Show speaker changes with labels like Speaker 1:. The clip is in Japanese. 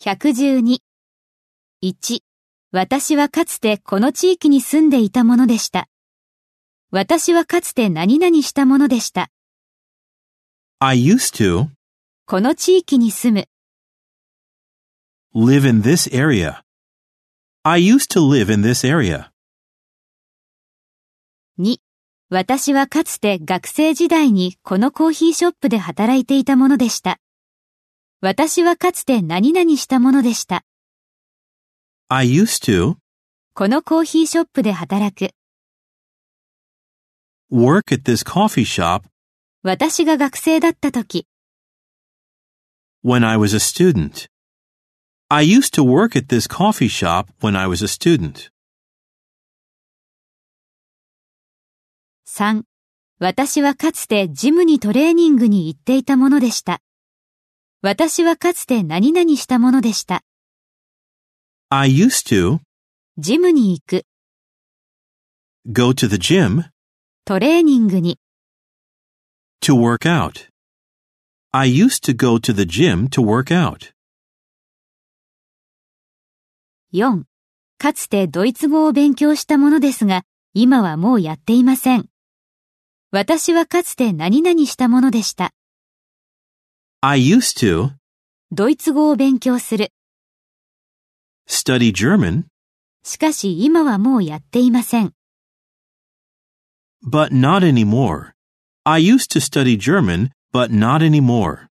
Speaker 1: 112.1. 私はかつてこの地域に住んでいたものでした。私はかつて何々したものでした。
Speaker 2: I used to
Speaker 1: この地域に住む。
Speaker 2: live in this area. I used to live in this area.
Speaker 1: 2. 私はかつて学生時代にこのコーヒーショップで働いていたものでした。私はかつて何々したものでした。
Speaker 2: I used to
Speaker 1: このコーヒーショップで働く。
Speaker 2: work at this coffee shop
Speaker 1: 私が学生だった時、
Speaker 2: when I was a student. I used to work at this coffee shop when I was a student.
Speaker 1: 3. 私はかつてジムにトレーニングに行っていたものでした。私はかつて何々したものでした。
Speaker 2: I used to
Speaker 1: ジムに行く、
Speaker 2: go to the gym
Speaker 1: トレーニングに、
Speaker 2: to work out. I used to go to the gym to work out.
Speaker 1: 4. かつてドイツ語を勉強したものですが、今はもうやっていません。私はかつて何々したものでした。
Speaker 2: I used to
Speaker 1: ドイツ語を勉強する。
Speaker 2: study German,
Speaker 1: しかし今はもうやっていません。
Speaker 2: but not anymore. I used to study German, but not anymore.